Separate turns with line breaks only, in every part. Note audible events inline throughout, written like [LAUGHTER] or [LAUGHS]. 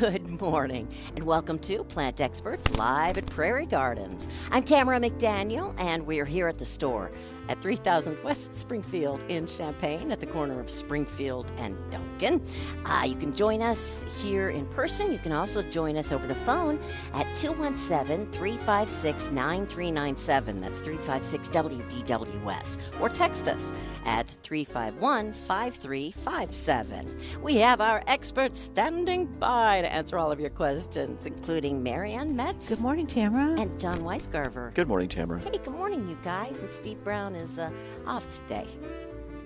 Good morning, and welcome to Plant Experts Live at Prairie Gardens. I'm Tamara McDaniel, and we're here at the store at 3000 West Springfield in Champaign at the corner of Springfield and Duncan. Uh, you can join us here in person. You can also join us over the phone at 217 356 9397. That's 356 WDWS. Or text us at 351 5357. We have our experts standing by to answer all of your questions, including Marianne Metz
Good morning, Tamara.
and John Weisgarver.
Good morning, Tamara.
Hey, good morning, you guys. And Steve Brown is uh, off today.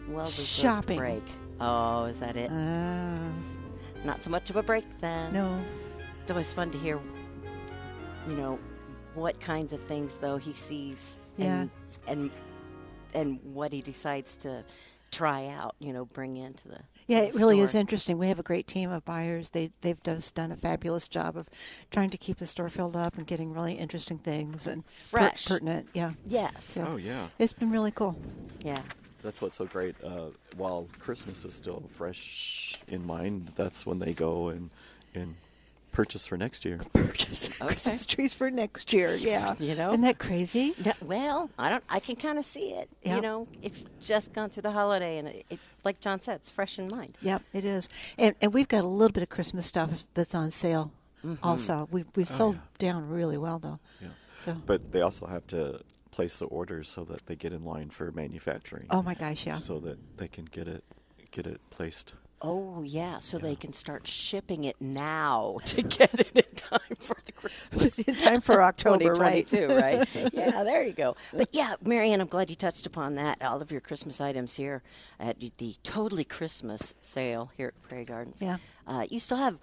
Well deserved
Shopping.
break. Oh, is that it?
Ah,
Not so much of a break then.
no.
It's always fun to hear, you know, what kinds of things though he sees.
Yeah.
And and, and what he decides to try out. You know, bring into the. to
Yeah,
the
it really is
store.
interesting. We have a great team of buyers. They they've just done a fabulous job of trying to keep the store filled up and getting really interesting things and per-
Fresh.
pertinent. Yeah.
Yes.
Yeah.
Oh, yeah.
It's been really cool. [LAUGHS]
Yeah.
That's what's so great. Uh, while Christmas is still fresh in mind, that's when they go and, and purchase for next year.
Purchasing Christmas trees for next year. Yeah.
You know?
Isn't that crazy?
No, well, I don't. I can kind of see it. You
Yeah.
know, if you've just gone through the holiday and it, it like John said, it's fresh in mind.
Yep, it is. And and we've got a little bit of Christmas stuff that's on sale. Also, we've we've sold down really well though.
Yeah.
So.
But they also have to place the orders so that they get in line for manufacturing.
Oh my gosh, yeah.
So that they can get it get it placed.
Oh yeah, so they can start shipping it now to [LAUGHS] get it in time for the Christmas.
[LAUGHS] in time for October,
[LAUGHS]
right?
2022, right?
[LAUGHS]
yeah, there you go. But yeah, Marianne, I'm glad you touched upon that. All of your Christmas items here at the Totally Christmas sale here at Prairie Gardens.
Yeah.
Uh, you still have,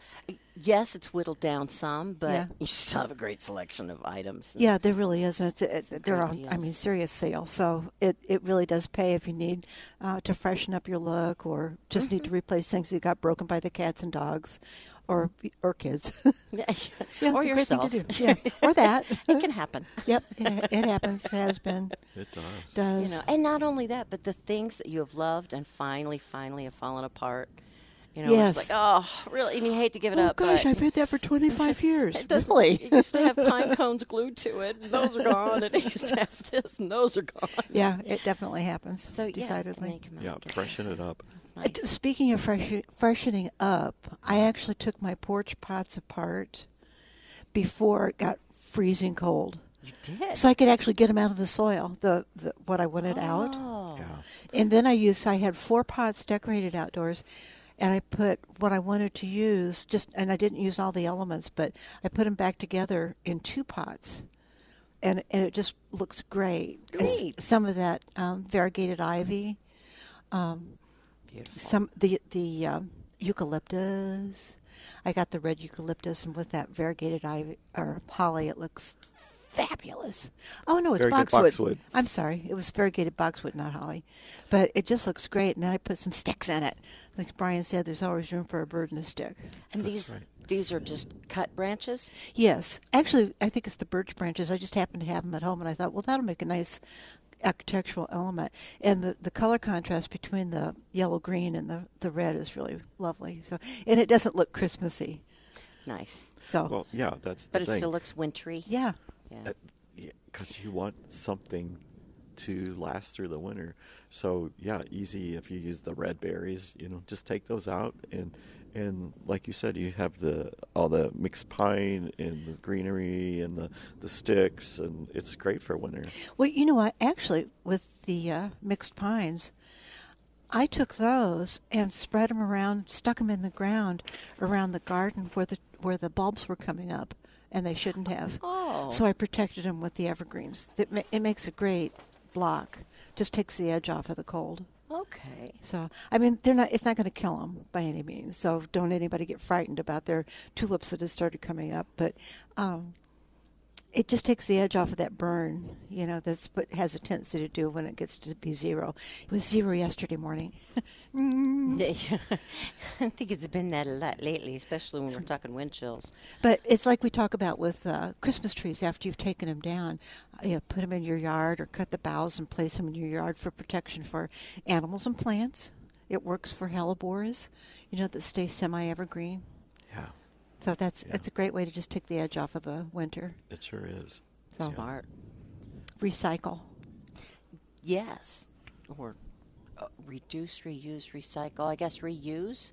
yes, it's whittled down some, but
Yeah.
you still have a great selection of items.
Yeah, there really is, and it's, it,
great
they're on. I
deals.
mean, serious sale, so it, it really does pay if you need uh, to freshen up your look, or just need to
Mm-hmm.
replace things that got broken by the cats and dogs, or or kids, [LAUGHS]
Yeah,
Yeah,
or
it's a great
yourself.
thing to do. Yeah, or that.
[LAUGHS] it can happen.
yep, it, it happens. Has been,
It does.
does.
you know and not only that but the things that you have loved and finally finally have fallen apart you know it's
Yes.
like oh really and you hate to give it
oh
up
gosh,
but
I've had that for twenty
[LAUGHS]
five years.
it doesn't it used to
[LAUGHS]
have pine cones glued to it and those are gone and it used to have this and those are gone
[LAUGHS] Yeah, it definitely happens.
so
decidedly.
yeah, and they come out
Yeah,
again.
freshen it up.
It's
Uh, d-
nice.
Speaking of fresh, freshening up, I actually took my porch pots apart before it got freezing cold,
you did
so I could actually get them out of the soil. The, the what I wanted out,
oh.
Yeah.
and then I used. I had four pots decorated outdoors, and I put what I wanted to use. Just and I didn't use all the elements, but I put them back together in two pots. And, and it just looks great. It's
Great.
Some of that um, variegated ivy, um,
beautiful
some the the um, eucalyptus. I got the red eucalyptus, and with that variegated ivy or holly, it looks fabulous. Oh no, it's
Very good
boxwood.
boxwood.
I'm sorry, it was variegated boxwood, not holly, but it just looks great. And then I put some sticks in it. Like Brian said, there's always room for a bird and a stick.
and these these are just cut branches
Yes, actually, I think it's the birch branches. I just happened to have them at home, and I thought, well, that'll make a nice architectural element. And the, the color contrast between the yellow green and the, the red is really lovely. So, and it doesn't look Christmassy.
nice
So,
Well, yeah, that's the
but it
thing.
still looks wintry
yeah,
yeah
because you want something to last through the winter. So yeah, easy if you use the red berries, you know, just take those out and and like you said, you have the all the mixed pine and the greenery and the the sticks, and it's great for winter.
Well, you know what? Actually, with the uh, mixed pines, I took those and spread them around, stuck them in the ground around the garden where the where the bulbs were coming up, and they shouldn't have.
Oh.
So I protected them with the evergreens. It, ma- it makes a great block. Just takes the edge off of the cold.
Uh,
okay
So I mean, they're not. It's not going to kill them by any means. So don't anybody get frightened about their tulips that have started coming up. But um, it just takes the edge off of that burn. You know, that's what it has a tendency to do when it gets to be zero. It was zero yesterday morning. [LAUGHS]
Yeah. [LAUGHS] I think it's been that a lot lately, especially when we're talking wind chills.
But it's like we talk about with uh, Christmas trees after you've taken them down. Uh, You know, put them in your yard or cut the boughs and place them in your yard for protection for animals and plants. It works for hellebores, you know, that stay semi evergreen.
Yeah,
So that's
Yeah.
it's a great way to just take the edge off of the winter.
It sure is.
So-
Yeah.
Smart.
Recycle.
Yes. Or uh, reduce, reuse, recycle. I guess reuse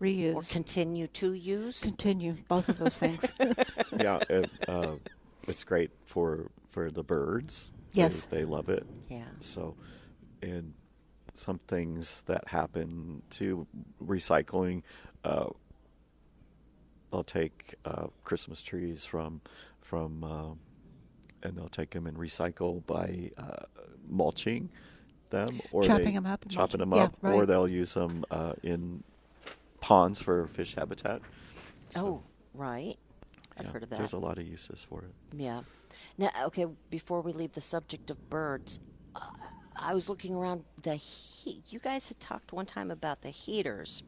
Reuse.
or continue to use.
Continue both of those things.
[LAUGHS]
[LAUGHS]
yeah, it, uh, it's great for for the birds. They-
Yes.
they, love it.
Yeah.
So, and some things that happen to recycling. Uh, they'll take uh, Christmas trees from from, uh, and they'll take them and recycle by uh, mulching them or they-
Chopping 'em up and
chopping them
mulching. Yeah,
up, or
right.
they'll use them uh, in ponds for fish habitat.
oh,
So-
right. I've
yeah,
heard of that.
There's a lot of uses for it.
Yeah. Now, okay, before we leave the subject of birds, uh, I was looking around the heat. You guys had talked one time about the heaters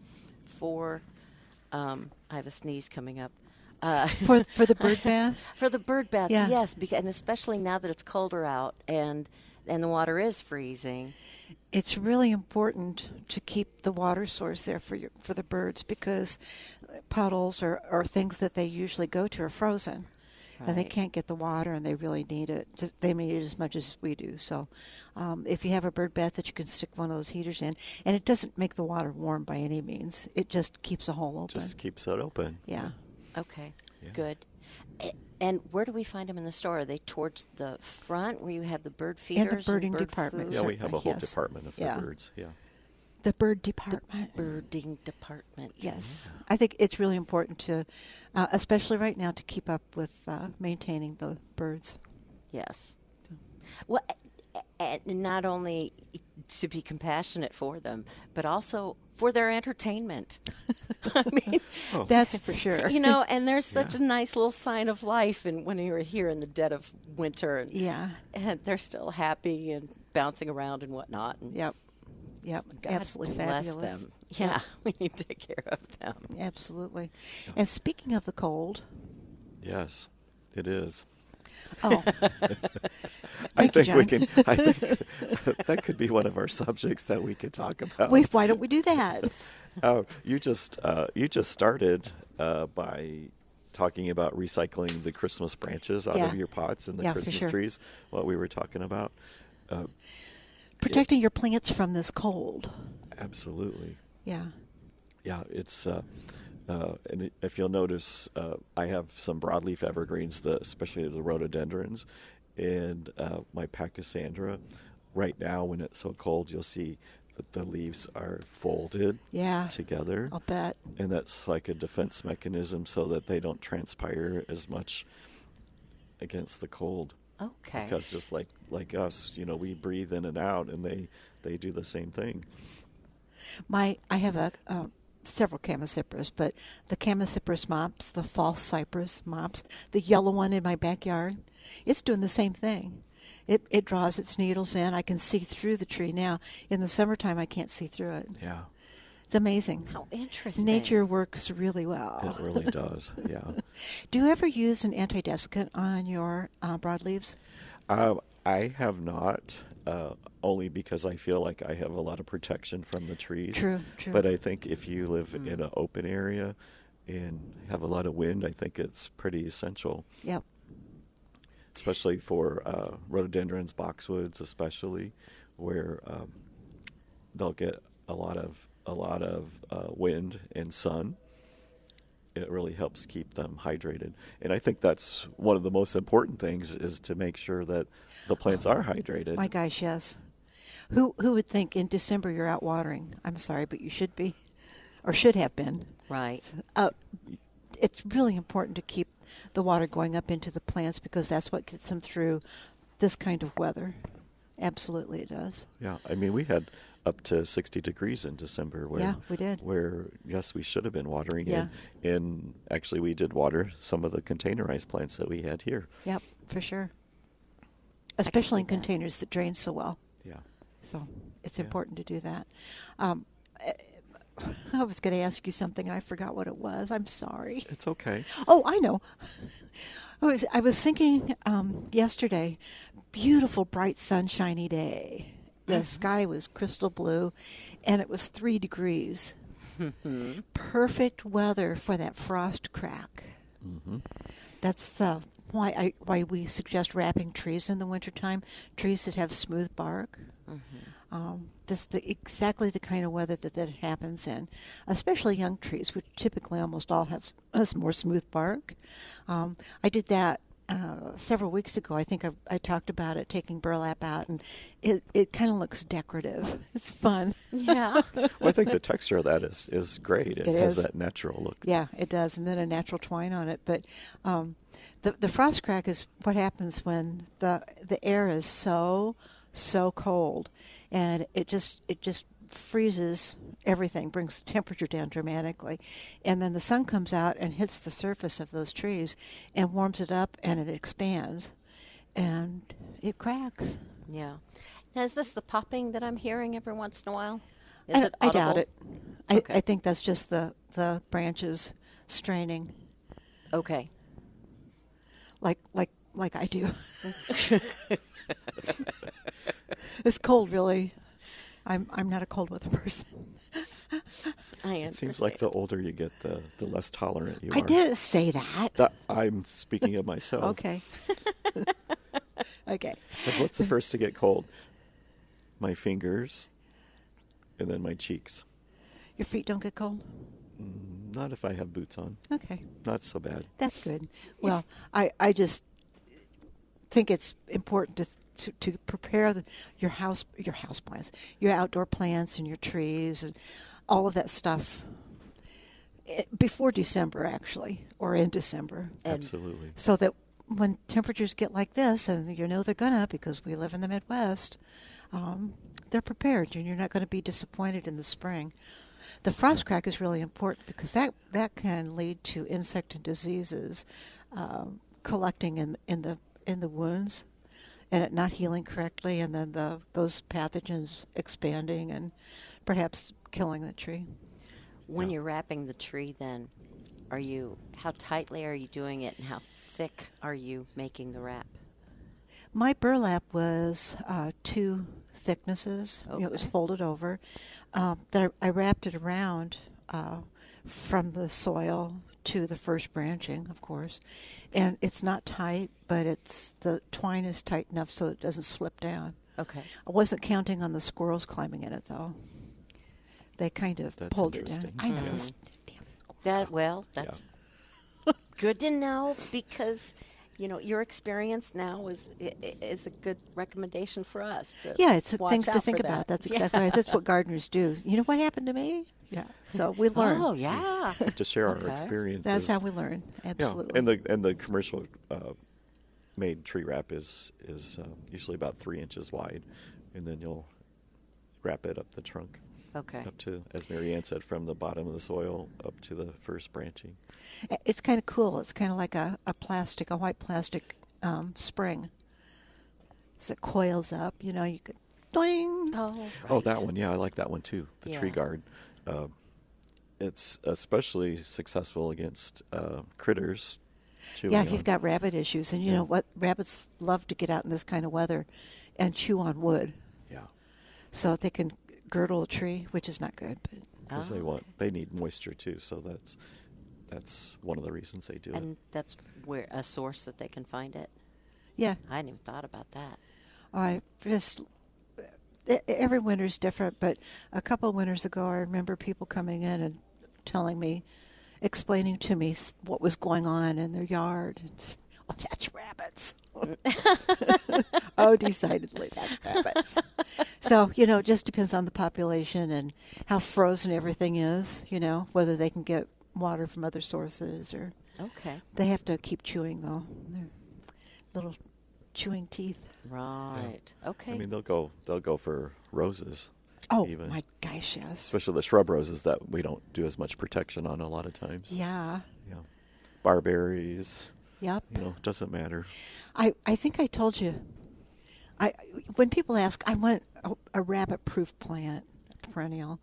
for. Um, I have a sneeze coming up. Uh, [LAUGHS]
for for the bird bath.
for the bird baths,
Yeah.
yes, because, and especially now that it's colder out and and the water is freezing.
it's really important to keep the water source there for your for the birds because puddles or, or things that they usually go to are frozen and they
Right.
can't get the water and they really need it just, they need it as much as we do so um, if you have a bird bath that you can stick one of those heaters in and it doesn't make the water warm by any means it just keeps a hole open
Just keeps it open.
yeah
Okay,
Yeah.
good. A- And where do we find them in the store? Are they towards the front where you have the bird feeders
And the birding
bird
department,
food?
Yeah, we have a whole
Yes.
department of the
Yeah.
birds. Yeah.
the bird department
birding department.
Yes, I think it's really important to, uh, especially right now, to keep up with uh, maintaining the birds.
Yes. Well, a- a- and not only to be compassionate for them, but also for their entertainment. [LAUGHS] I mean,
Oh.
That's for [LAUGHS] sure.
you know, and there's such
Yeah.
a nice little sign of life, and when you're here in the dead of winter, and,
yeah.
and they're still happy and bouncing around and whatnot. And
Yep. Yep.
God
Absolutely
bless
fabulous.
them. Yeah, [LAUGHS] we need to take care of them. [LAUGHS]
Absolutely. And speaking of the cold,
Yes,
[LAUGHS]
it is.
oh,
I
Thank you,
think we
John.
can. I think [LAUGHS] that could be one of our subjects that we could talk about.
wait, why don't we do that?
[LAUGHS] Oh, you just uh, you just started uh, by talking about recycling the Christmas branches out
Yeah.
of your pots and the
Yeah, for
Christmas
sure.
trees. What we were talking about. Uh,
Protecting your plants from this cold.
absolutely.
Yeah.
Yeah, it's uh, uh, and it, if you'll notice, uh, I have some broadleaf evergreens, the, especially the rhododendrons, and uh, my pachysandra. Right now, when it's so cold, you'll see that the leaves are folded
Yeah.
together,
I'll bet.
and that's like a defense mechanism so that they don't transpire as much against the cold.
Okay.
Because just like like us, you know, we breathe in and out, and they they do the same thing.
My, I have a uh, several camasypras, but the camasypras mops, the false cypress mops, the yellow one in my backyard, it's doing the same thing. It it draws its needles in. I can see through the tree now. In the summertime, I can't see through it.
Yeah,
It's amazing.
How interesting.
Nature works really well.
it really does. Yeah.
[LAUGHS] Do you ever use an antidescant on your uh, broadleaves?
Um, I have not, uh, only because I feel like I have a lot of protection from the trees.
True, true. Mm.
But I think if you live in an open area and have a lot of wind, I think it's pretty essential,
Yep.
especially for uh, rhododendrons, boxwoods, especially where um, they'll get a lot of a lot of uh, wind and sun. It really helps keep them hydrated, and I think that's one of the most important things is to make sure that the plants are hydrated.
My gosh, yes. Who who would think in December you're out watering? I'm sorry, but you should be, or should have been.
Right.
Uh, it's really important to keep the water going up into the plants because that's what gets them through this kind of weather. Absolutely, it does.
Yeah, I mean we had up to 60 degrees in December. Where,
Yeah, we did.
Where yes, we should have been watering.
Yeah.
And, and actually, we did water some of the containerized plants that we had here.
Yep, for sure. Especially in
see that.
containers that drain so well.
Yeah.
So it's
Yeah.
important to do that. Um, I was going to ask you something and I forgot what it was. I'm sorry.
It's okay.
Oh, I know. I was, I was thinking um, yesterday, beautiful, bright, sunshiny day. The sky was crystal blue, and it was three degrees.
Mm-hmm.
Perfect weather for that frost crack.
Mm-hmm.
That's uh, why I, why we suggest wrapping trees in the wintertime, trees that have smooth bark.
Mm-hmm.
Um, this the exactly the kind of weather that that happens in, especially young trees, which typically almost all have s- more smooth bark. Um, I did that uh, several weeks ago. I think I, I talked about it, taking burlap out, and it it kind of looks decorative. It's fun.
Yeah.
Well, I think the texture of that is, is great. It,
It
has
is.
that natural look.
Yeah, it does, and then a natural twine on it. But um, the the frost crack is what happens when the the air is so so cold, and it just it just freezes everything, brings the temperature down dramatically, and then the sun comes out and hits the surface of those trees and warms it up, and it expands, and it cracks.
yeah. Now, is this the popping that I'm hearing every once in a while? Is
I,
it
I doubt
audible?
it. I,
Okay.
I think that's just the the branches straining,
Okay.
like like like I
[LAUGHS]
do. It's cold, really. I'm I'm not a cold weather [LAUGHS] person.
I
[LAUGHS] It seems like the older you get, the, the less tolerant you
I
are.
didn't say that.
That, I'm speaking of myself. [LAUGHS]
Okay. [LAUGHS] okay.
Because what's the first to get cold? My fingers and then my cheeks. Mm,
Your feet don't get cold.
Not if I have boots on.
Okay,
Not so bad.
that's good. Well, I I just think it's important to. To, to prepare the, your house, your house plants, your outdoor plants, and your trees, and all of that stuff eh, before December, actually, or in December.
And-
Absolutely.
so that when temperatures get like this, and you know they're gonna because we live in the Midwest, um, they're prepared, and you're not going to be disappointed in the spring. The frost crack is really important because that that can lead to insect and diseases um, collecting in in the in the wounds, and it not healing correctly, and then the those pathogens expanding and perhaps killing the tree.
When you're wrapping the tree, then are you how tightly are you doing it, and how thick are you making the wrap?
My burlap was uh, two thicknesses. You know, it was
Okay.
folded over. Um, that I, I wrapped it around uh, from the soil to the first branching, of course. And it's not tight, but it's the twine is tight enough so it doesn't slip down.
Okay.
I wasn't counting on the squirrels climbing in it though. They kind of
That's
pulled it down.
interesting.
I know
Mm.
this damn squirrel.
That well, that's good to know because you know your experience now is i- i- is a good recommendation for us. To
Yeah, it's the
watch
things to
out
think
for
about.
that. [LAUGHS]
That's exactly right. That's what gardeners do. You know what happened to me? Yeah. So we learn.
[LAUGHS] Oh yeah.
[LAUGHS] To share our
Okay.
experiences.
That's how we learn.
Yeah,
Absolutely.
and the and the commercial uh, made tree wrap is is uh, usually about three inches wide, and then you'll wrap it up the trunk,
Okay.
up to as Mary Ann said, from the bottom of the soil up to the first branching.
it's kind of cool. It's kind of like a, a plastic, a white plastic um, spring. So it coils up. You know, you could doing.
Oh.
Oh,
right.
that one, yeah, I like that one too. The tree
Yeah.
guard. Uh, it's especially successful against uh, critters. chewing
yeah, if
on-
you've got rabbit issues, and you
Yeah.
know what, rabbits love to get out in this kind of weather and chew on wood,
yeah,
so they can girdle a tree, which is not good. But
because
Oh,
they want
okay.
they need moisture too. So that's that's one of the reasons they do
And
it.
that's where a source that they can find it.
yeah,
I hadn't even thought about that.
I just e- every winter's different, but a couple of winters ago, I remember people coming in and telling me, explaining to me s- what was going on in their yard. It's, oh, that's rabbits. [LAUGHS] [LAUGHS] oh, decidedly, that's rabbits. so you know, it just depends on the population and how frozen everything is. You know, whether they can get water from other sources or
[LAUGHS] Okay.
they have to keep chewing though. Their little chewing teeth.
Right. Okay.
I mean, they'll go they'll go for roses.
Oh
even.
my gosh, yes.
especially the shrub roses that we don't do as much protection on a lot of times.
Yeah.
Yeah. Barberries,
Yep.
you know, doesn't matter.
I, I think I told you. I when people ask, I want a, a rabbit-proof plant, a perennial.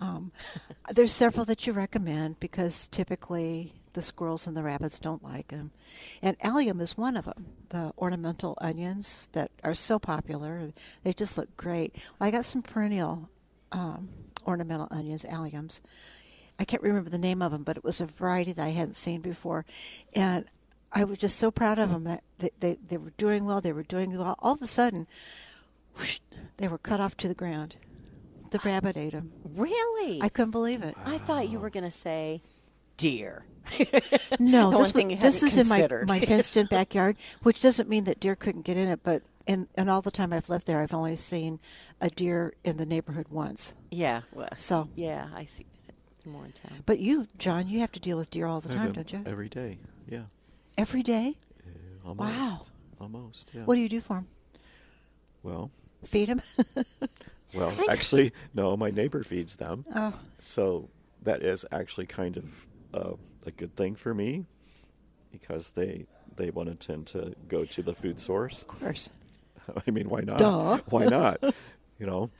Um,
[LAUGHS]
there's several that you recommend because typically the squirrels and the rabbits don't like them, and allium is one of them. The ornamental onions that are so popular, they just look great. I got some perennial um, ornamental onions, alliums, I can't remember the name of them, but it was a variety that I hadn't seen before, and I was just so proud of them that they they, they were doing well. They were doing well. All of a sudden, whoosh, they were cut off to the ground. The rabbit ate them.
Really?
I couldn't
[LAUGHS]
believe it.
I thought you were going to say deer. [LAUGHS]
No,
the
this,
one thing
was-
you
this
hadn't
is in my,
considered. [LAUGHS]
my fenced in backyard, which doesn't mean that deer couldn't get in it, but and and all the time I've lived there, I've only seen a deer in the neighborhood once.
yeah. Well,
So-
yeah, I see that more in town.
But you, John, you have to deal with deer all the
I
time,
do
don't you?
Every day. Yeah.
Every day.
Uh, Almost. Almost. Yeah.
What do you do for them?
Well,
Feed them?
well, actually, no. My neighbor feeds them,
[LAUGHS] oh,
so that is actually kind of uh, a good thing for me because they they want to tend to go to the food source.
of course.
[LAUGHS] I mean, why not?
Duh.
Why not? You know,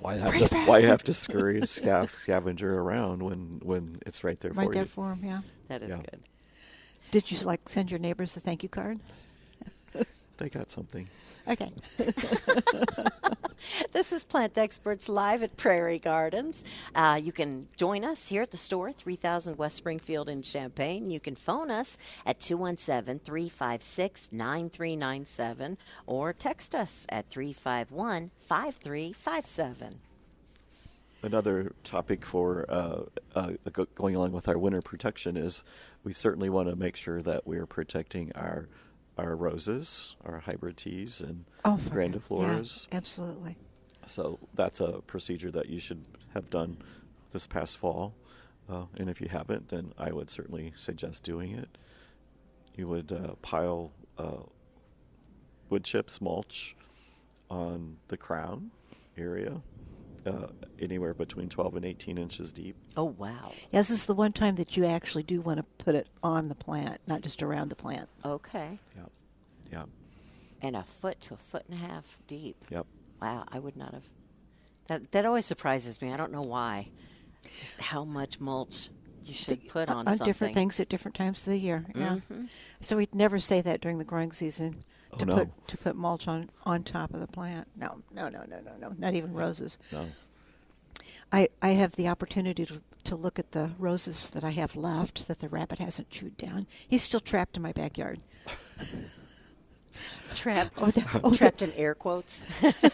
why have to
Raven.
why
[LAUGHS]
have to scurry and scav- scavenger around when when it's right there
Right
for
there
you?
for them, yeah.
That is
Yeah.
good.
Did you like send your neighbors a thank you card?
they got something.
Okay.
This is Plant Experts live at Prairie Gardens. Uh, you can join us here at the store, 3000 West Springfield in Champaign. You can phone us at 217 356 9397 or text us at 351 5357.
Another topic for uh, uh, go- going along with our winter protection is we certainly want to make sure that we are protecting our our roses, our hybrid teas, and
Oh, for-
grandifloras.
Yeah, absolutely.
So that's a procedure that you should have done this past fall. Uh, and if you haven't, then I would certainly suggest doing it. You would uh, pile uh, wood chips, mulch on the crown area, uh, anywhere between 12 and 18 inches deep.
Oh, wow.
Yeah, this is the one time that you actually do want to put it on the plant, not just around the plant.
Okay.
Yeah. Yeah.
And a foot to a foot and a half deep.
Yep.
Wow, I would not have. That, that always surprises me. I don't know why. Just how much mulch you should put on,
on
something.
uh,
Mm-hmm.
different things at different times of the year. Yeah. So we'd never say that during the growing season
Oh,
to
no.
put to put mulch on on top of the plant. No, no, no, no, no, no. Not even roses.
No.
I I have the opportunity to to look at the roses that I have left that the rabbit hasn't chewed down. He's still trapped in my backyard.
[LAUGHS]
[LAUGHS]
Trapped,
Oh, the- oh, the-
[LAUGHS] trapped in air quotes.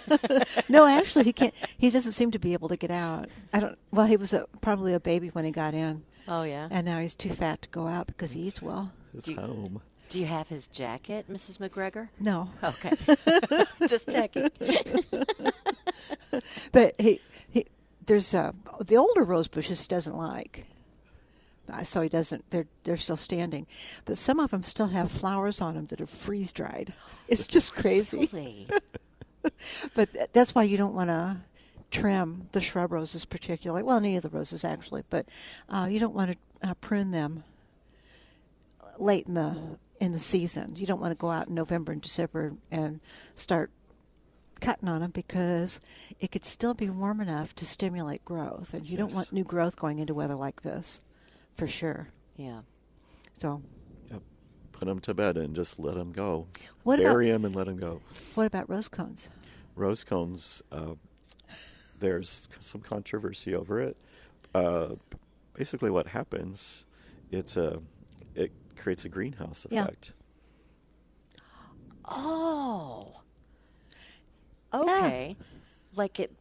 [LAUGHS] no, actually, he can't. He doesn't seem to be able to get out. I don't. Well, he was a, probably a baby when he got in,
[LAUGHS] Oh yeah.
and now he's too fat to go out because he eats well.
It's
Do you- [LAUGHS]
home.
Do you have his jacket, Mrs. McGregor?
No, [LAUGHS]
Okay. Just checking.
but he, he there's uh, the older rose bushes he doesn't like, Uh, so he doesn't. They're they're still standing, but some of them still have flowers on them that are freeze dried. It's just crazy.
Really?
[LAUGHS] but th- that's why you don't want to trim the shrub roses particularly well any of the roses actually but uh, you don't want to uh, prune them late in the in the season you don't want to go out in november and december and start cutting on them because it could still be warm enough to stimulate growth and you don't
Yes.
want new growth going into weather like this for sure
Yeah.
so
Yep. Put them to bed and just let them go.
What about-
Bury them and let them go.
what about rose cones
rose cones. Uh, there's some controversy over it. Uh, basically, what happens, it's a, it creates a greenhouse
Yeah.
effect.
Oh.
Ah.
Okay. Like it,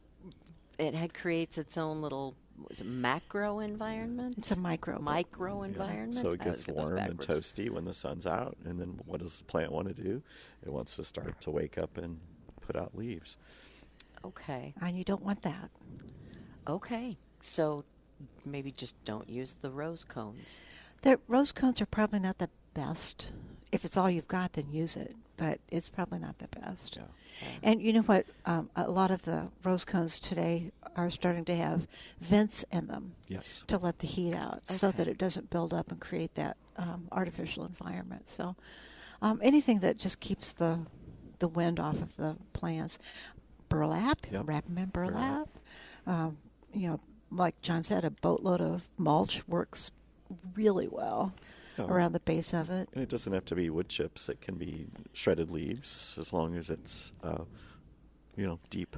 it had creates its own little was it macro environment.
it's a micro but-
micro
Yeah.
environment.
So it
I always
gets
get those
warm and
backwards.
toasty when the sun's out, and then what does the plant want to do? It wants to start to wake up and put out leaves.
Okay.
and you don't want that
Okay. So maybe just don't use the rose cones.
The rose cones are probably not the best. If it's all you've got, then use it. But it's probably not the best.
Yeah.
And you know what? Um, a lot of the rose cones today are starting to have vents in them
Yes.
to let the heat out, so
Okay.
that it doesn't build up and create that um, artificial environment. So um, anything that just keeps the the wind off of the plants, burlap, wrap 'em
Yep.
wrap them in burlap.
Burlap.
Um, you know, like John said, a boatload of mulch works really well
Yeah.
around the base of it.
And it doesn't have to be wood chips. It can be shredded leaves, as long as it's, uh, you know, deep.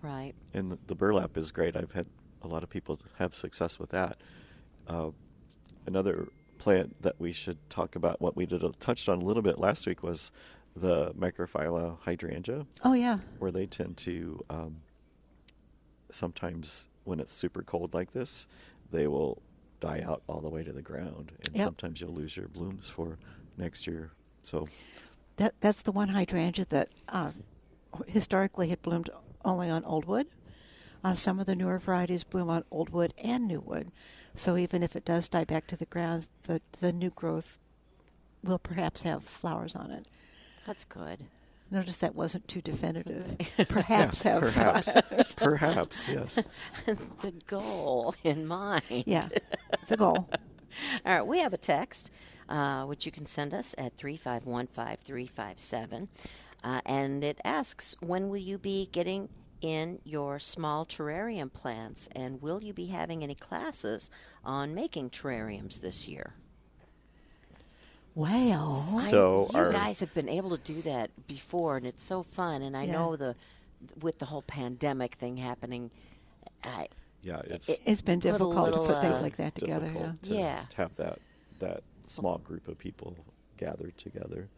Right.
And the- the burlap is great. I've had a lot of people have success with that. Uh, another plant that we should talk about, what we did uh, touched on a little bit last week, was the Microphylla hydrangea,
Oh yeah.
where they tend to um, sometimes when it's super cold like this, they will die out all the way to the ground, and
Yep.
sometimes you'll lose your blooms for next year. So
That that's the one hydrangea that uh, historically had bloomed only on old wood. Uh, some of the newer varieties bloom on old wood and new wood, so even if it does die back to the ground, the the new growth will perhaps have flowers on it.
That's good.
Notice that wasn't too definitive. Perhaps
[LAUGHS] yeah,
have
perhaps,
flowers.
perhaps, yes.
[LAUGHS] the goal in mind.
[LAUGHS] yeah, it's a goal.
All right, we have a text uh, which you can send us at 3515357. Uh, and it asks, when will you be getting in your small terrarium plants? And will you be having any classes on making terrariums this year?
Well,
So
I, you
our-
guys have been able to do that before, and it's so fun. And I
Yeah.
know the with the whole pandemic thing happening, I,
Yeah, it's
it's been
Little-
difficult
little,
to put things
uh,
like that together. Yeah.
difficult To
Yeah.
have that that small group of people gathered together.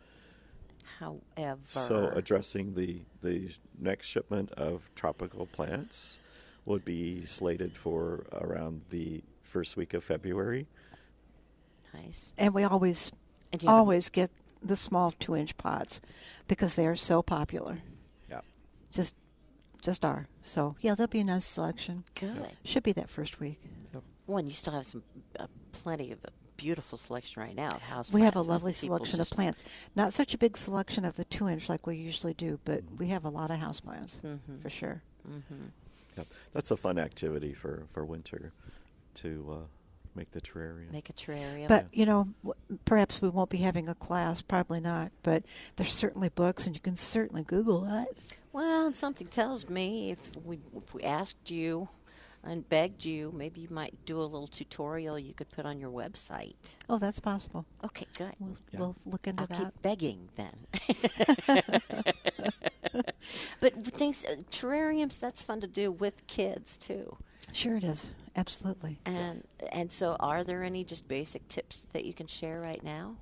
however,
So addressing the the next shipment of tropical plants would be slated for around the first week of February.
nice.
and we always
And you have a-
always get the small two inch pots because they are so popular
Yeah.
just just are so yeah there'll be a nice selection
Good.
should be that first week
One, you still have some uh, plenty of beautiful selection right now of house.
we have a
plants and
lovely
people
selection of
just-
plants not such a big selection of the two inch like we usually do but we have a lot of house plants
Mm-hmm.
for sure
Yep. That's a fun activity for for winter to uh, make the terrarium.
Make a terrarium.
but you know w- perhaps we won't be having a class probably not but there's certainly books and you can certainly google it
well, and something tells me if we if we asked you and begged you, maybe you might do a little tutorial you could put on your website.
oh that's possible
Okay, good.
we'll,
Yeah.
we'll look into
I'll
that
keep begging
[LAUGHS]
then. [LAUGHS] but things, uh, terrariums, that's fun to do with kids too.
sure it is absolutely
And Um, and so, are there any just basic tips that you can share right now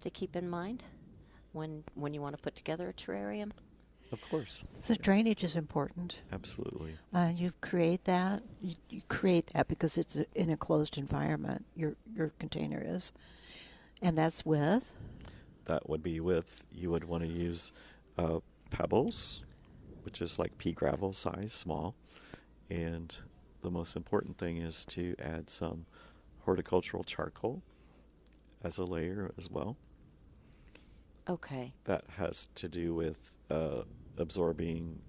to keep in mind when when you want to put together a terrarium?
Of course.
The drainage is important.
Absolutely.
Uh, you create that. You, you create that because it's a, in a closed environment. Your your container is, and that's with.
that would be with you would want to use uh, pebbles, which is like pea gravel size, small. And the most important thing is to add some horticultural charcoal as a layer as well.
Okay,
That has to do with uh, absorbing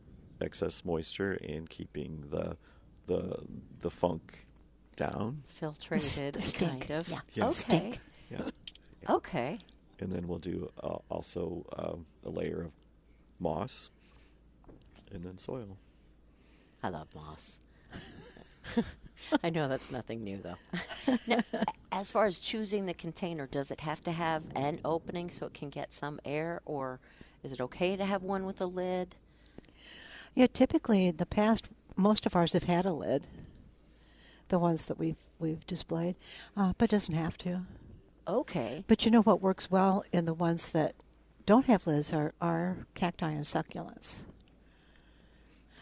excess moisture and keeping the the the funk down.
filtrated,
stink,
kind of.
yeah.
Yeah.
Okay. [LAUGHS]
Stink.
Yeah.
Okay.
and then we'll do uh, also um, a layer of moss and then soil.
I love moss. I know that's nothing new though. [LAUGHS] now, as far as choosing the container, does it have to have an opening so it can get some air, or is it okay to have one with a lid?
Yeah, typically in the past, most of ours have had a lid. The ones that we've we've displayed, uh, but doesn't have to.
Okay.
But you know what works well in the ones that don't have lids are are cacti and succulents.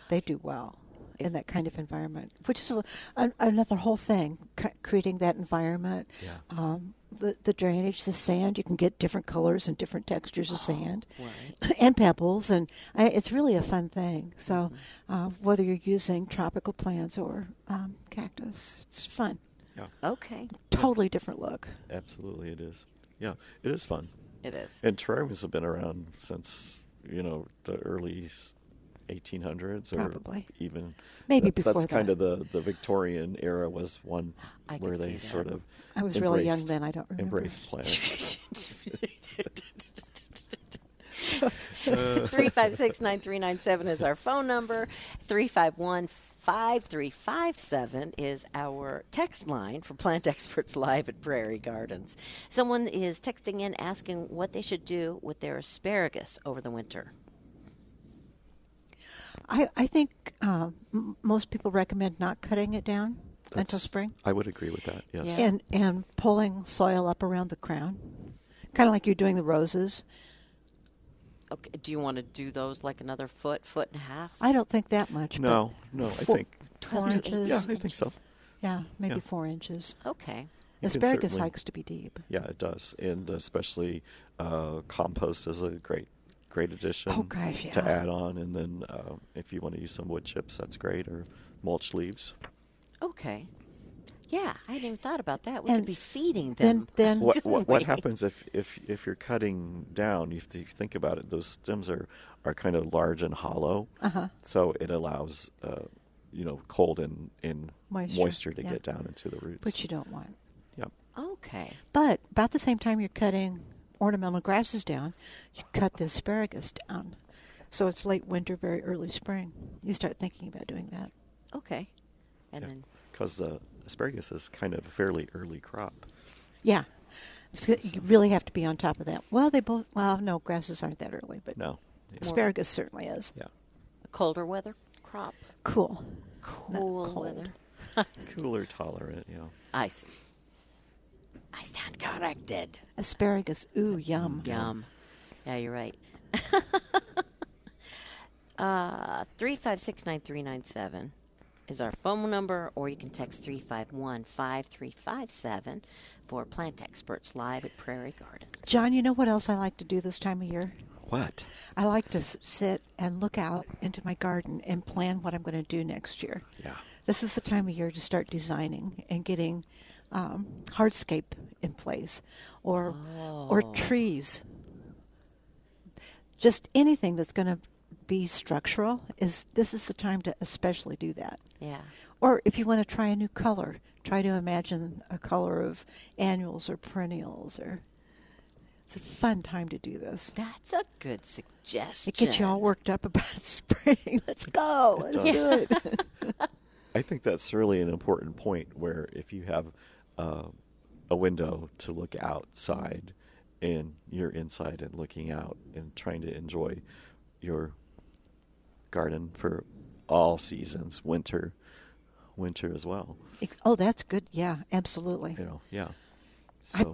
They do well in that kind of environment, which is a, an- another whole thing. c- Creating that environment,
Yeah.
um, the the drainage, the sand. You can get different colors and different textures of sand,
right.
[LAUGHS] and pebbles, and I, it's really a fun thing. So,
Mm-hmm.
uh, whether you're using tropical plants or um, cactus, it's fun.
Yeah,
Oh.
Okay.
Totally different look.
absolutely, it is. Yeah, it is fun.
It is.
And terrariums have been around since you know the early s- 1800s, or
Probably.
even
Maybe
that-
before
That's kind
that.
of the the Victorian era was one
I
where
could see
they
that.
sort of.
I was really young
embraced-
then, I don't remember.
Embraced plants.
Three five six nine three nine seven is our phone number. Three five one five three five seven is our text line for Plant Experts Live at Prairie Gardens. Someone is texting in asking what they should do with their asparagus over the winter.
I, I think uh, m- most people recommend not cutting it down [LAUGHS] until
That's-
spring
I would agree with that. Yes.
Yeah.
and and pulling soil up around the crown, kind of like you're doing the roses.
Okay, do you want to do those like another foot, foot and a half?
I don't think that much. but
No, no, I
four-
think-
four
Twelve to
inches.
eighteen
Yeah, I think so.
inches.
Yeah, maybe
Yeah.
four inches.
Okay.
You can
Asparagus
certainly-
likes to be deep.
Yeah, it does, and especially uh, compost is a great, great addition.
Oh, gosh,
To
yeah.
add on, and then uh, if you want to use some wood chips, that's great, or mulch leaves.
Okay. Yeah, I hadn't even thought about that. We could
And
be feeding them.
then- then- [LAUGHS]
What
[LAUGHS]
what, what
Wait.
happens if, if if you're cutting down? If you think about it, those stems are are kind of large and hollow,
Uh-huh.
so it allows. Uh, you know, cold and, and
Moisture,
moisture, to
yeah.
get down into the roots.
Which you don't want.
Yep.
Okay.
But about the same time you're cutting ornamental grasses down, you cut the asparagus down. So it's late winter, very early spring. You start thinking about doing that.
Okay. And
yeah.
then
because uh, asparagus is kind of a fairly early crop.
Yeah. It's good- You really have to be on top of that. Well, they both, well, no, grasses aren't that early, but
No. Yeah.
asparagus certainly is.
Yeah.
a colder weather crop.
Cool. Not
Cool
cold.
weather.
Cooler tolerant, yeah.
I see. I stand corrected.
Asparagus, ooh, yum.
Yum. Yeah, you're right. [LAUGHS] uh, three five six nine three nine seven is our phone number, or you can text three five one five three five seven for Plant Experts Live at Prairie Gardens.
John, you know what else I like to do this time of year?
What?
I like to s- sit and look out into my garden and plan what I'm going to do next year.
Yeah.
This is the time of year to start designing and getting um, hardscape in place, or or trees. Just anything that's going to be structural is this is the time to especially do that.
Yeah.
Or if you want to try a new color, try to imagine a color of annuals or perennials. Or it's a fun time to do this.
That's a good suggestion.
It gets you all worked up about [LAUGHS] spring. Let's go. Let's
does.
do it. [LAUGHS]
I think that's really an important point where if you have uh, a window to look outside and you're inside and looking out and trying to enjoy your garden for all seasons, winter, winter as well.
Ex- oh, that's good. Yeah, absolutely.
You know, yeah.
I-
So,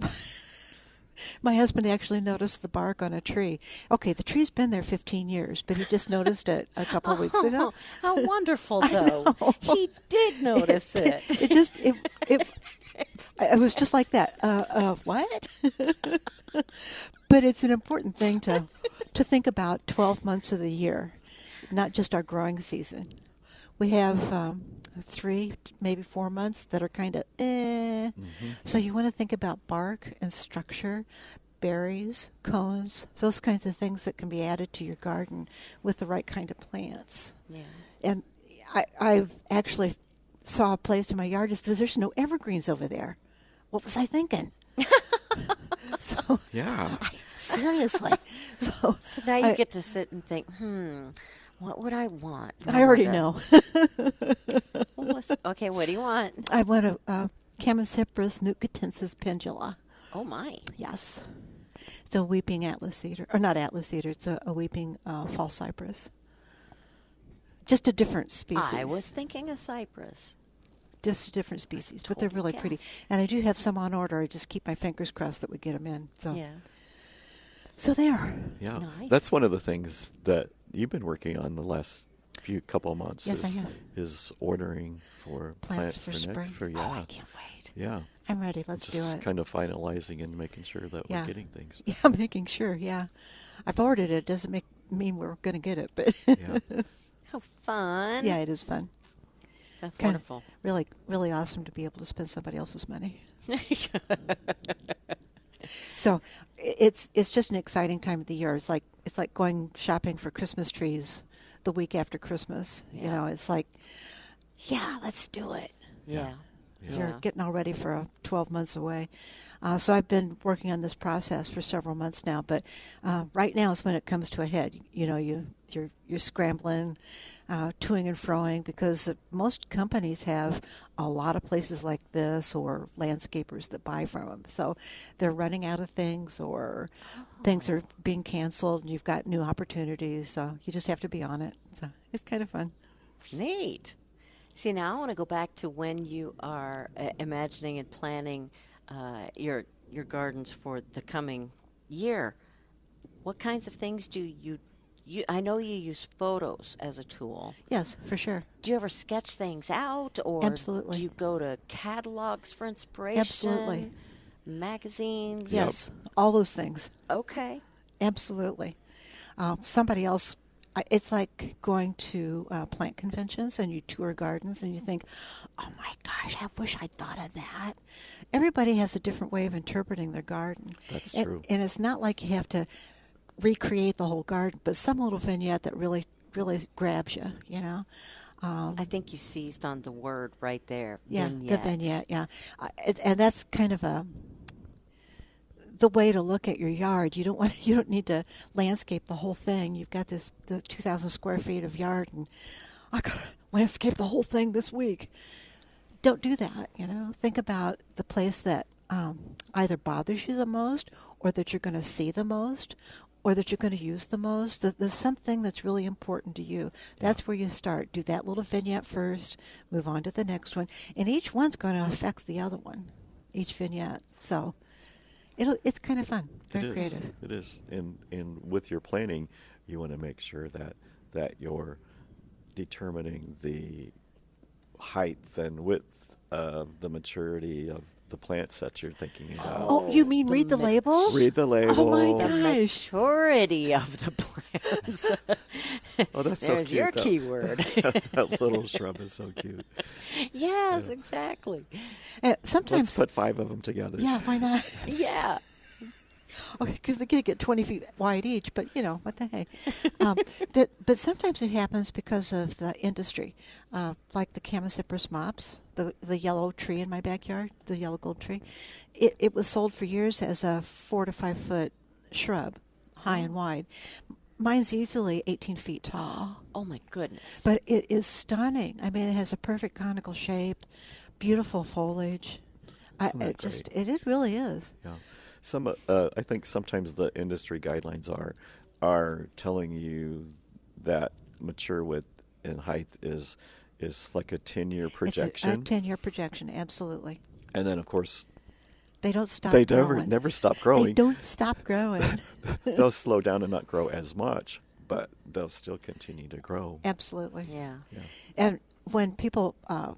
My husband actually noticed the bark on a tree. Okay, the tree's been there 15 years, but he just noticed it a couple weeks
Oh,
ago.
[LAUGHS] how wonderful
[LAUGHS] I
though.
know.
He
[LAUGHS]
did notice it.
It just it it, I- it was just like that. Uh, uh, what? [LAUGHS] but it's an important thing to to think about 12 months of the year, not just our growing season. We have um, three, maybe four months that are kind of eh.
mm-hmm.
So you want to think about bark and structure, berries, cones, those kinds of things that can be added to your garden with the right kind of plants
Yeah.
and I, I actually saw a place in my yard that says there's no evergreens over there. What was I thinking? so
[LAUGHS]
yeah.
seriously, so,
So now you
I-
get to sit and think, hmm, what would I want?
I already
wonder.
know.
Well, let's- okay, what do you want?
I want a uh, Camasiprus nucatensis pendula.
Oh my.
Yes, it's a weeping atlas cedar, or not atlas cedar. It's a, a weeping uh, false cypress. Just a different species.
I was thinking a cypress.
just different species, but they're
total
really pretty.
guess.
And I do have some on order. I just keep my fingers crossed that we get them in. So
Yeah.
So there.
Yeah,
Nice.
that's one of the things that you've been working on the last few couple of months.
Yes, I
is,
have.
is ordering for
Plants
plants,
for
next-
spring.
for-
Oh,
yeah,
I can't wait.
yeah.
I'm ready. Let's
Just
do it.
kind of finalizing and making sure that
yeah.
we're getting things.
[LAUGHS] Yeah, making sure. Yeah, I've ordered it. Doesn't make mean we're going to get it, but
Yeah.
How fun.
[LAUGHS] yeah, it is fun.
That's
Kind of
wonderful. [LAUGHS]
really, really awesome to be able to spend somebody else's money. So i- it's it's just an exciting time of the year. It's like it's like going shopping for Christmas trees the week after Christmas. You
Yeah.
know, it's like, yeah, let's do it.
yeah.
So They're
Yeah.
getting all ready for uh, 12 months away. Uh, so I've been working on this process for several months now, but uh, right now is when it comes to a head. You know, you you're you're scrambling, uh, toing and froing because most companies have a lot of places like this or landscapers that buy from them. So they're running out of things or things are being canceled, and you've got new opportunities. So you just have to be on it. So it's kind of fun.
Neat. See, now I want to go back to when you are uh, imagining and planning uh, your your gardens for the coming year. What kinds of things do you you? I know you use photos as a tool.
Yes, for sure.
Do you ever sketch things out, or
Absolutely.
do you go to catalogs for inspiration?
Absolutely.
Magazines.
Yes, all those things.
Okay.
Absolutely. Um, somebody else, I- it's like going to uh, plant conventions and you tour gardens and you think, oh my gosh, I wish I'd thought of that. Everybody has a different way of interpreting their garden.
That's
And-
true.
And it's not like you have to recreate the whole garden, but some little vignette that really, really grabs you, you know? Um,
I think you seized on the word right there.
yeah,
vignette.
the vignette. Yeah, I, it, and that's kind of a the way to look at your yard. You don't want [LAUGHS] you don't need to landscape the whole thing. You've got this the two thousand square feet of yard, and I gotta landscape the whole thing this week. Don't do that. You know, think about the place that um, either bothers you the most, or that you're going to see the most. Or that you're going to use the most. Th- There's something that's really important to you. That's where you start. Do that little vignette first, move on to the next one, and each one's going to affect the other one, each vignette. So it'll it's kind of fun,
It
very
is.
creative.
It is. And and with your planning, you want to make sure that that you're determining the height and width of the maturity of the plants that you're thinking about.
Oh, you mean
the
read the
mix.
label?
Read the
Oh
label.
my
the
gosh!
maturity of the plants.
[LAUGHS] Oh,
There's
that's so cute.
your
that-
keyword.
[LAUGHS] that little shrub is so cute.
yes, exactly.
Uh,
Let's
sometimes,
put five of them together.
yeah, why
[LAUGHS]
not?
Yeah.
Okay, because they could get 20 feet wide each, but you know, what the heck.
[LAUGHS]
Um, that, but sometimes it happens because of the industry, uh, like the Camacypris mops, the, the yellow tree in my backyard, the yellow gold tree. It, it was sold for years as a four to five foot shrub, high
Mm.
and wide. Mine's easily 18 feet tall.
[GASPS]
Oh my goodness.
But it is stunning. I mean, it has a perfect conical shape, beautiful foliage. I,
Isn't that
it just
great?
it, it really is.
Yeah. Some uh, uh, I think sometimes the industry guidelines are are telling you that mature width and height is is like a 10-year projection.
It's a- a, ten-year projection, absolutely.
and then of course
They don't stop.
They never-
growing.
never stop
They
growing.
don't stop growing.
[LAUGHS] they'll slow down and not grow as much, but they'll still continue to grow.
absolutely.
yeah.
Yeah.
And when people uh,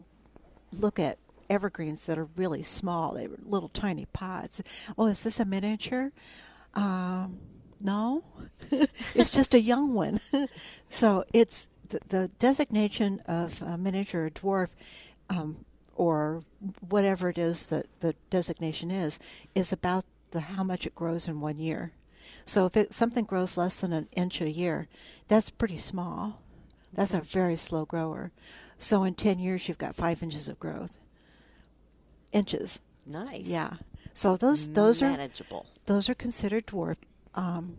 look at evergreens that are really small, they were little tiny pots. Oh, is this a miniature? Um, no, [LAUGHS] it's just a young one. [LAUGHS] so it's the, the designation of a miniature or dwarf. Um, or whatever it is that the designation is, is about the how much it grows in one year. So if it, something grows less than an inch a year, that's pretty small. That's a very slow grower. So in 10 years, you've got five inches of growth. Inches.
Nice.
Yeah. So those those are
manageable.
those are considered dwarf. Um,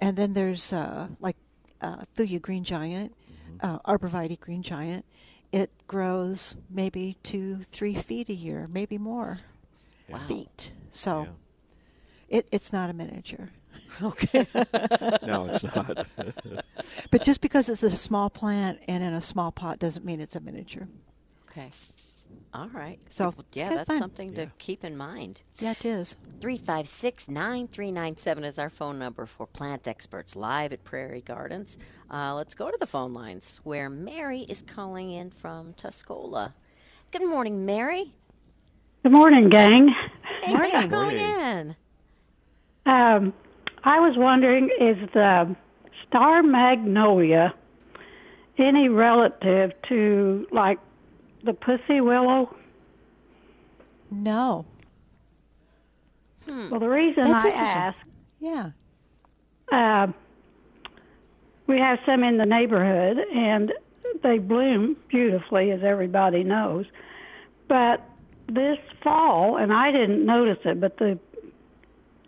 and then there's uh, like uh, Thuya green giant, uh, arborvitae green giant. It grows maybe two, three feet a year, maybe more
Yeah.
feet. So
Yeah.
it, it's not a miniature. [LAUGHS]
Okay.
No, it's not.
But just because it's a small plant and in a small pot doesn't mean it's a miniature.
okay. All right.
So,
Well, yeah,
it's kinda
that's
fun.
something to
Yeah.
keep in mind.
Yeah, it is.
356 9397 is our phone number for plant experts live at Prairie Gardens. Uh, let's go to the phone lines where Mary is calling in from Tuscola. Good morning, Mary.
Good morning, gang.
Hey, thanks for
Morning.
calling in.
Um, I was wondering, is the star magnolia any relative to like the pussy willow?
No.
Well, the reason
Hmm. That's
I
interesting.
ask,
Yeah.
uh, we have some in the neighborhood, and they bloom beautifully, as everybody knows. But this fall, and I didn't notice it, but the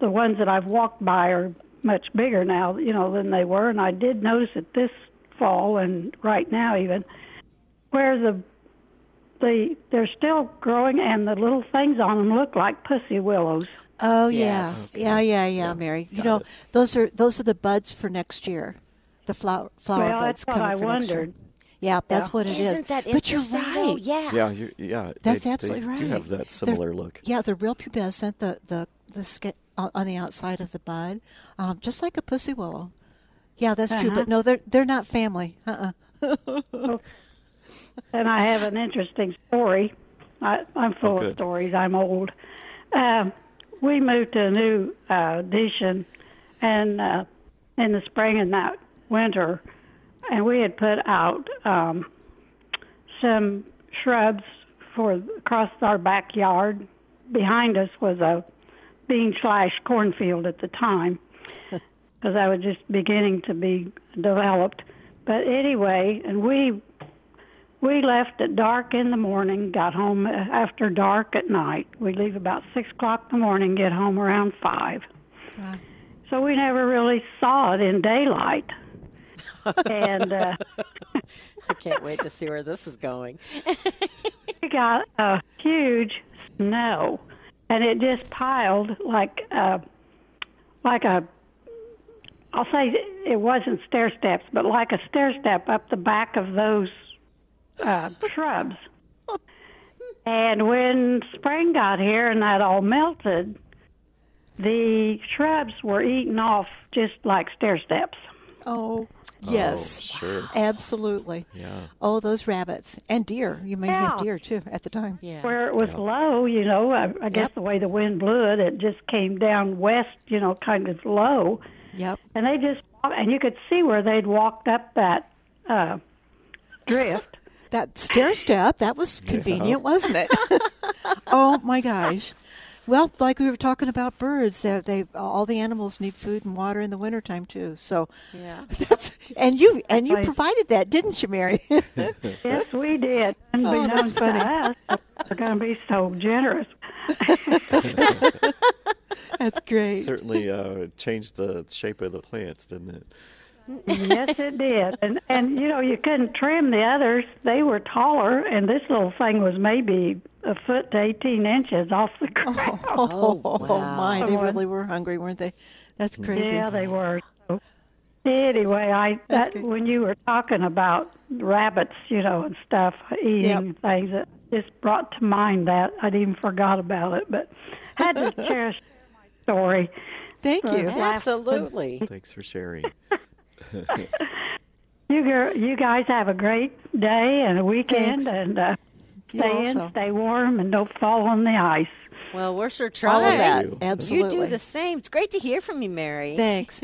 the ones that I've walked by are much bigger now, you know, than they were, and I did notice it this fall and right now even, where the the they're still growing and the little things on them look like pussy willows.
Oh
Yes.
yeah. yeah, yeah, yeah, Mary. You
got
know,
it.
those are those are the buds for next year. The flower flower
Well,
buds
that's what
coming
I
for next year.
wondered.
Yeah, that's what it is.
Isn't that
but you're
interesting, though?
right.
Yeah.
Yeah, you, yeah.
That's
they,
absolutely
they
right.
Do have
They're-
that similar look.
Yeah, the real pubescent, the the the skin on on the outside of the bud, um, just like a pussy willow. Yeah, that's true.
Uh-huh.
But no, they're they're not family. Uh-uh.
And I have an interesting story. I, I'm full
Oh,
of
good.
stories. I'm old. Um, we moved to a new uh, addition, and uh, in the spring and that winter, and we had put out um, some shrubs for across our backyard. Behind us was a bean slash cornfield at the time because I was just beginning to be developed. But anyway, and we we left at dark in the morning, got home uh, after dark at night. We leave about six o'clock in the morning, get home around five.
Wow.
So we never really saw it in daylight. and uh,
[LAUGHS] I can't wait to see where this is going.
we got a huge snow, and it just piled like uh, like a I'll say it wasn't stair steps, but like a stair step up the back of those uh, shrubs. And when spring got here and that all melted, the shrubs were eaten off just like stair steps.
Oh yes,
Oh, sure.
absolutely.
Yeah.
Oh, those rabbits and deer. You may have
Yeah.
deer too at the time.
Yeah.
Where it was low, you know, I, I guess
Yep.
the way the wind blew it, it just came down west, you know, kind of low.
Yep.
and they just and you could see where they'd walked up that uh, drift.
[LAUGHS] That stair step, that was convenient, wasn't it? [LAUGHS] oh my gosh. Well, like we were talking about birds, that they all the animals need food and water in the wintertime too. So
Yeah.
[LAUGHS] that's and you and you
Right.
provided that, didn't you, Mary?
yes, we did.
Oh, that's
Unbeknownst
funny.
to us, they're going to be so generous.
that's great.
Certainly uh, changed the shape of the plants, didn't it?
yes, it did. And and you know you couldn't trim the others; they were taller, and this little thing was maybe a foot to eighteen inches off the ground.
Oh,
wow.
my, they
Someone-
really were hungry, weren't they? That's crazy.
Yeah, they were. So, anyway, I
That's
that,
good.
when you were talking about rabbits, you know, and stuff eating things, it just brought to mind that I'd even forgot about it, but
[LAUGHS]
had to share my story.
Thank you.
Yeah.
Absolutely.
Thanks for sharing.
You gir- you guys have a great day and a weekend,
Thanks.
and uh,
You
stay
also.
in, stay warm, and don't fall on the ice.
Well, we're sure
All
trying.
of that.
you.
Absolutely.
You do the same. It's great to hear from you, Mary.
Thanks.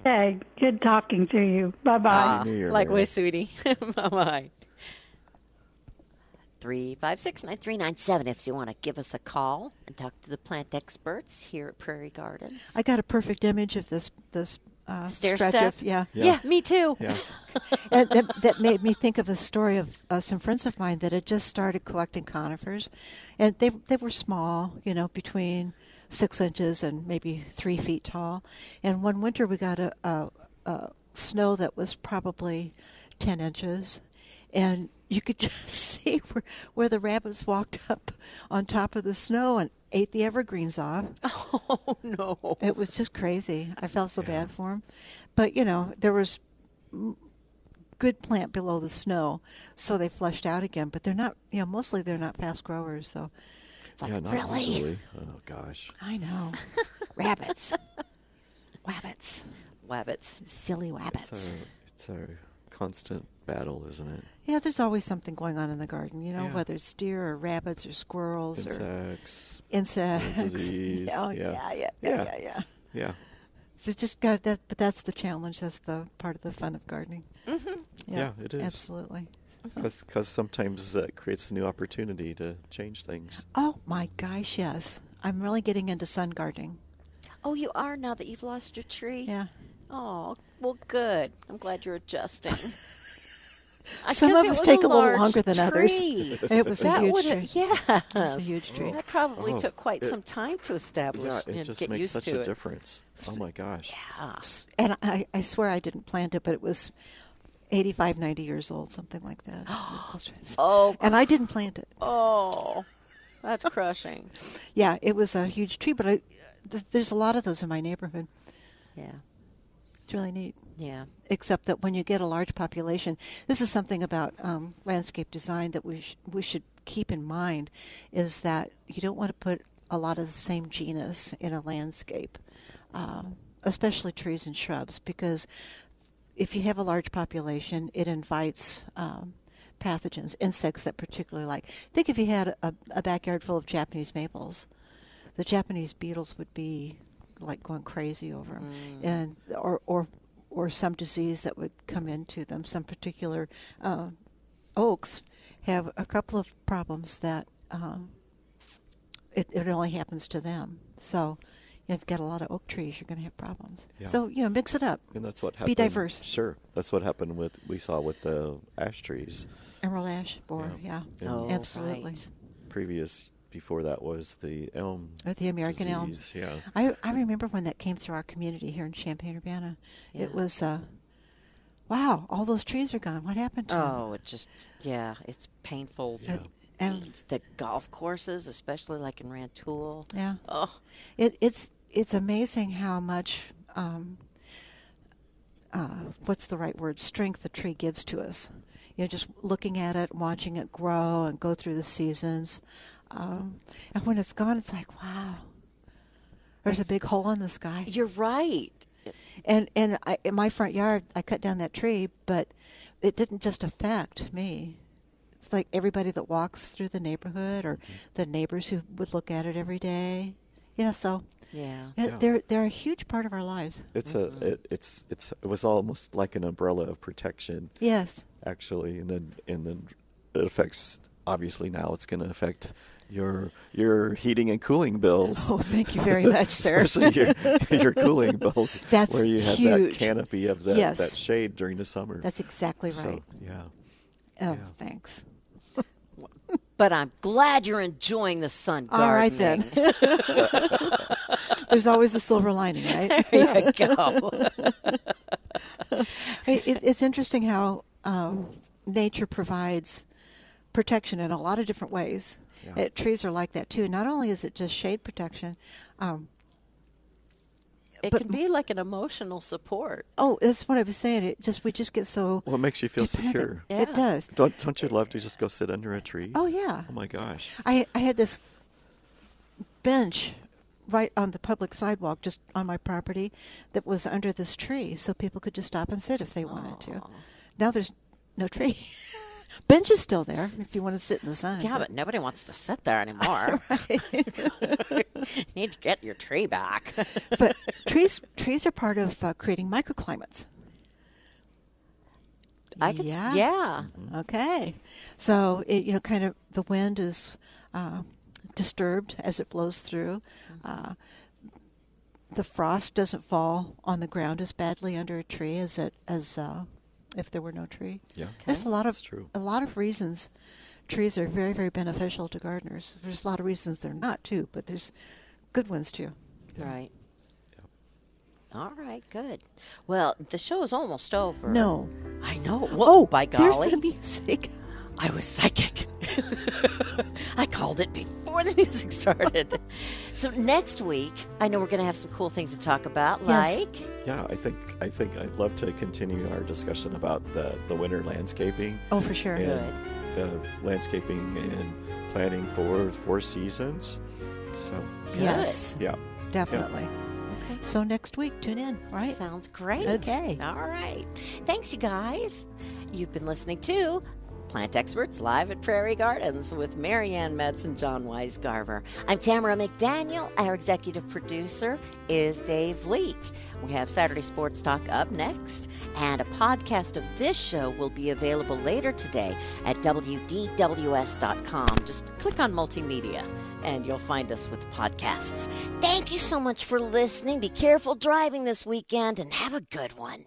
Okay, good talking to you. Bye bye.
Ah,
Happy New Year,
Likewise, sweetie. [LAUGHS] bye bye. Three five six nine three nine seven. If you want to give us a call and talk to the plant experts here at Prairie Gardens.
I got a perfect image of this this uh,
Stair
stretch
step.
of yeah.
yeah.
Yeah.
me too.
Yeah.
and that, that made me think of a story of uh, some friends of mine that had just started collecting conifers, and they they were small, you know, between six inches and maybe three feet tall. And one winter we got a, a, a snow that was probably ten inches, and you could [LAUGHS] just see where where the rabbits walked up on top of the snow and ate the evergreens off.
[LAUGHS] Oh no.
It was just crazy. I felt so bad for him. But, you know, there was m- good plant below the snow, so they flushed out again. But they're not, you know, mostly they're not fast growers. So it's like,
yeah, not
really?
usually. Oh gosh.
I know. [LAUGHS] rabbits. Rabbits.
[LAUGHS] Wabbits.
Silly
It's a,
rabbits.
it's a constant battle, isn't it?
Yeah, there's always something going on in the garden, you know,
Yeah.
whether it's deer or rabbits or squirrels or
Insects.
[LAUGHS] insects.
disease,
[LAUGHS] Yeah, oh,
yeah.
yeah, yeah, yeah,
Yeah.
yeah, yeah.
Yeah.
So it's just got that, but that's the challenge. That's the part of the fun of gardening. Mm-hmm.
Yeah, it is.
Absolutely.
Because sometimes that creates a new opportunity to change things.
Oh my gosh, yes. I'm really getting into sun gardening.
Oh, you are now that you've lost your tree.
Yeah.
Oh, well, good. I'm glad you're adjusting.
Some
Because
of
it
us
was
take a little
large
longer
[LAUGHS]
than others.
tree.
It was a
that
huge
would
tree.
yeah,
a huge tree.
That probably
Oh,
took quite
it-
some time to establish
Yeah, it
and
just
get
makes
used
such
to
a
it. Ah.
difference. Oh my gosh.
Yeah.
And I, I swear I didn't plant it, but it was 85, 90 years old, something
[GASPS]
like that.
Oh.
And I didn't plant it.
Oh, that's crushing.
Yeah, it was a huge tree, but I, th- there's a lot of those in my neighborhood.
Yeah,
It's really neat.
yeah,
Except that when you get a large population, this is something about um, landscape design that we sh- we should keep in mind is that you don't want to put a lot of the same genus in a landscape, um, especially trees and shrubs, because if you have a large population, it invites um, pathogens, insects that particularly like. Think if you had a, a backyard full of Japanese maples, the Japanese beetles would be like going crazy over them, and or or or some disease that would come into them. Some particular uh, oaks have a couple of problems that um, it, it only happens to them. So. you know, If you've got a lot of oak trees, you're going to have problems.
Yeah.
So you know, mix it up.
And that's what
Be
happened.
diverse.
Sure. That's what happened with we saw with the ash trees.
Emerald ash borer,
Yeah.
yeah.
Yeah. Oh,
Absolutely.
right.
Previous before that was the elm.
Or Oh, the American
disease,
elm.
Yeah.
I, I remember when that came through our community here in Champaign Urbana.
Yeah.
It was, uh, wow, all those trees are gone. What happened to 'em?
Oh, it just yeah, it's painful.
Yeah.
And-
the golf courses, especially like in Rantoul.
Yeah.
Oh,
It, it's it's amazing how much um, uh, what's the right word strength the tree gives to us. You know, just looking at it, watching it grow and go through the seasons, um, and when it's gone, it's like wow. There's a big hole in the sky.
you're right.
And and I, in my front yard, I cut down that tree, but it didn't just affect me. It's like everybody that walks through the neighborhood, or the neighbors who would look at it every day. You know, so
Yeah.
uh,
Yeah.
they're they're a huge part of our lives.
It's a it, it's it's it was almost like an umbrella of protection
Yes,
actually and then and then it affects obviously now it's going to affect your your heating and cooling bills.
Oh, thank you very
[LAUGHS]
much, sir.
Especially your, your cooling bills
[LAUGHS] That's
where you have that
huge.
canopy of that,
Yes.
that shade during the
[LAUGHS]
summer.
that's exactly
So,
right.
yeah.
oh,
yeah.
thanks.
But I'm glad you're enjoying the sun gardening.
All right then. [LAUGHS] There's always a silver lining,
[LAUGHS]
right?
there you go.
it, it- it's interesting how um, nature provides protection in a lot of different ways.
Yeah.
Uh, trees are like that too. Not only is it just shade protection, um,
It
But-
can be like an emotional support.
oh, that's what I was saying. It just we just get so
Well, it makes you feel
dependent.
secure.
Yeah.
It does.
Don't don't you love to just go sit under a tree?
Oh yeah.
Oh my gosh.
I I had this bench right on the public sidewalk just on my property that was under this tree so people could just stop and sit if they wanted to.
Aw.
Now there's no tree. [LAUGHS] bench is still there if you want to sit in the sun.
Yeah, but nobody wants to sit there
[LAUGHS]
anymore. [LAUGHS] Need to get your tree
[LAUGHS]
back.
but trees trees are part of uh, creating microclimates.
I could, s-
Yeah.
yeah.
Okay, so it, you know, kind of the wind is uh, disturbed as it blows through.
Mm-hmm.
Uh, the frost doesn't fall on the ground as badly under a tree as it as uh, if there were no tree.
Yeah.
There's a lot of
That's true.
a lot of reasons trees are very very beneficial to gardeners. There's a lot of reasons they're not too, but there's good ones too.
Right. All right, good. Well, the show is almost over.
No.
I know. Whoa, by golly.
Oh, There's the music.
I was psychic. [LAUGHS] I called it before the music [LAUGHS] started. so next week, I know we're going to have some cool things to talk about,
Yes.
like
Yeah, I think I think I'd love to continue our discussion about the the winter landscaping.
Oh, for sure.
and uh, landscaping and planning for four seasons. So,
Yes.
yeah.
Definitely. So next week, tune in, all right?
Sounds great.
Okay.
All right. Thanks, you guys. You've been listening to Plant Experts Live at Prairie Gardens with Marianne Metz and John Wise Garver. I'm Tamara McDaniel. Our executive producer is Dave Leake. We have Saturday Sports Talk up next, and a podcast of this show will be available later today at WDWS.com. Just click on multimedia and you'll find us with podcasts. Thank you so much for listening. Be careful driving this weekend and have a good one.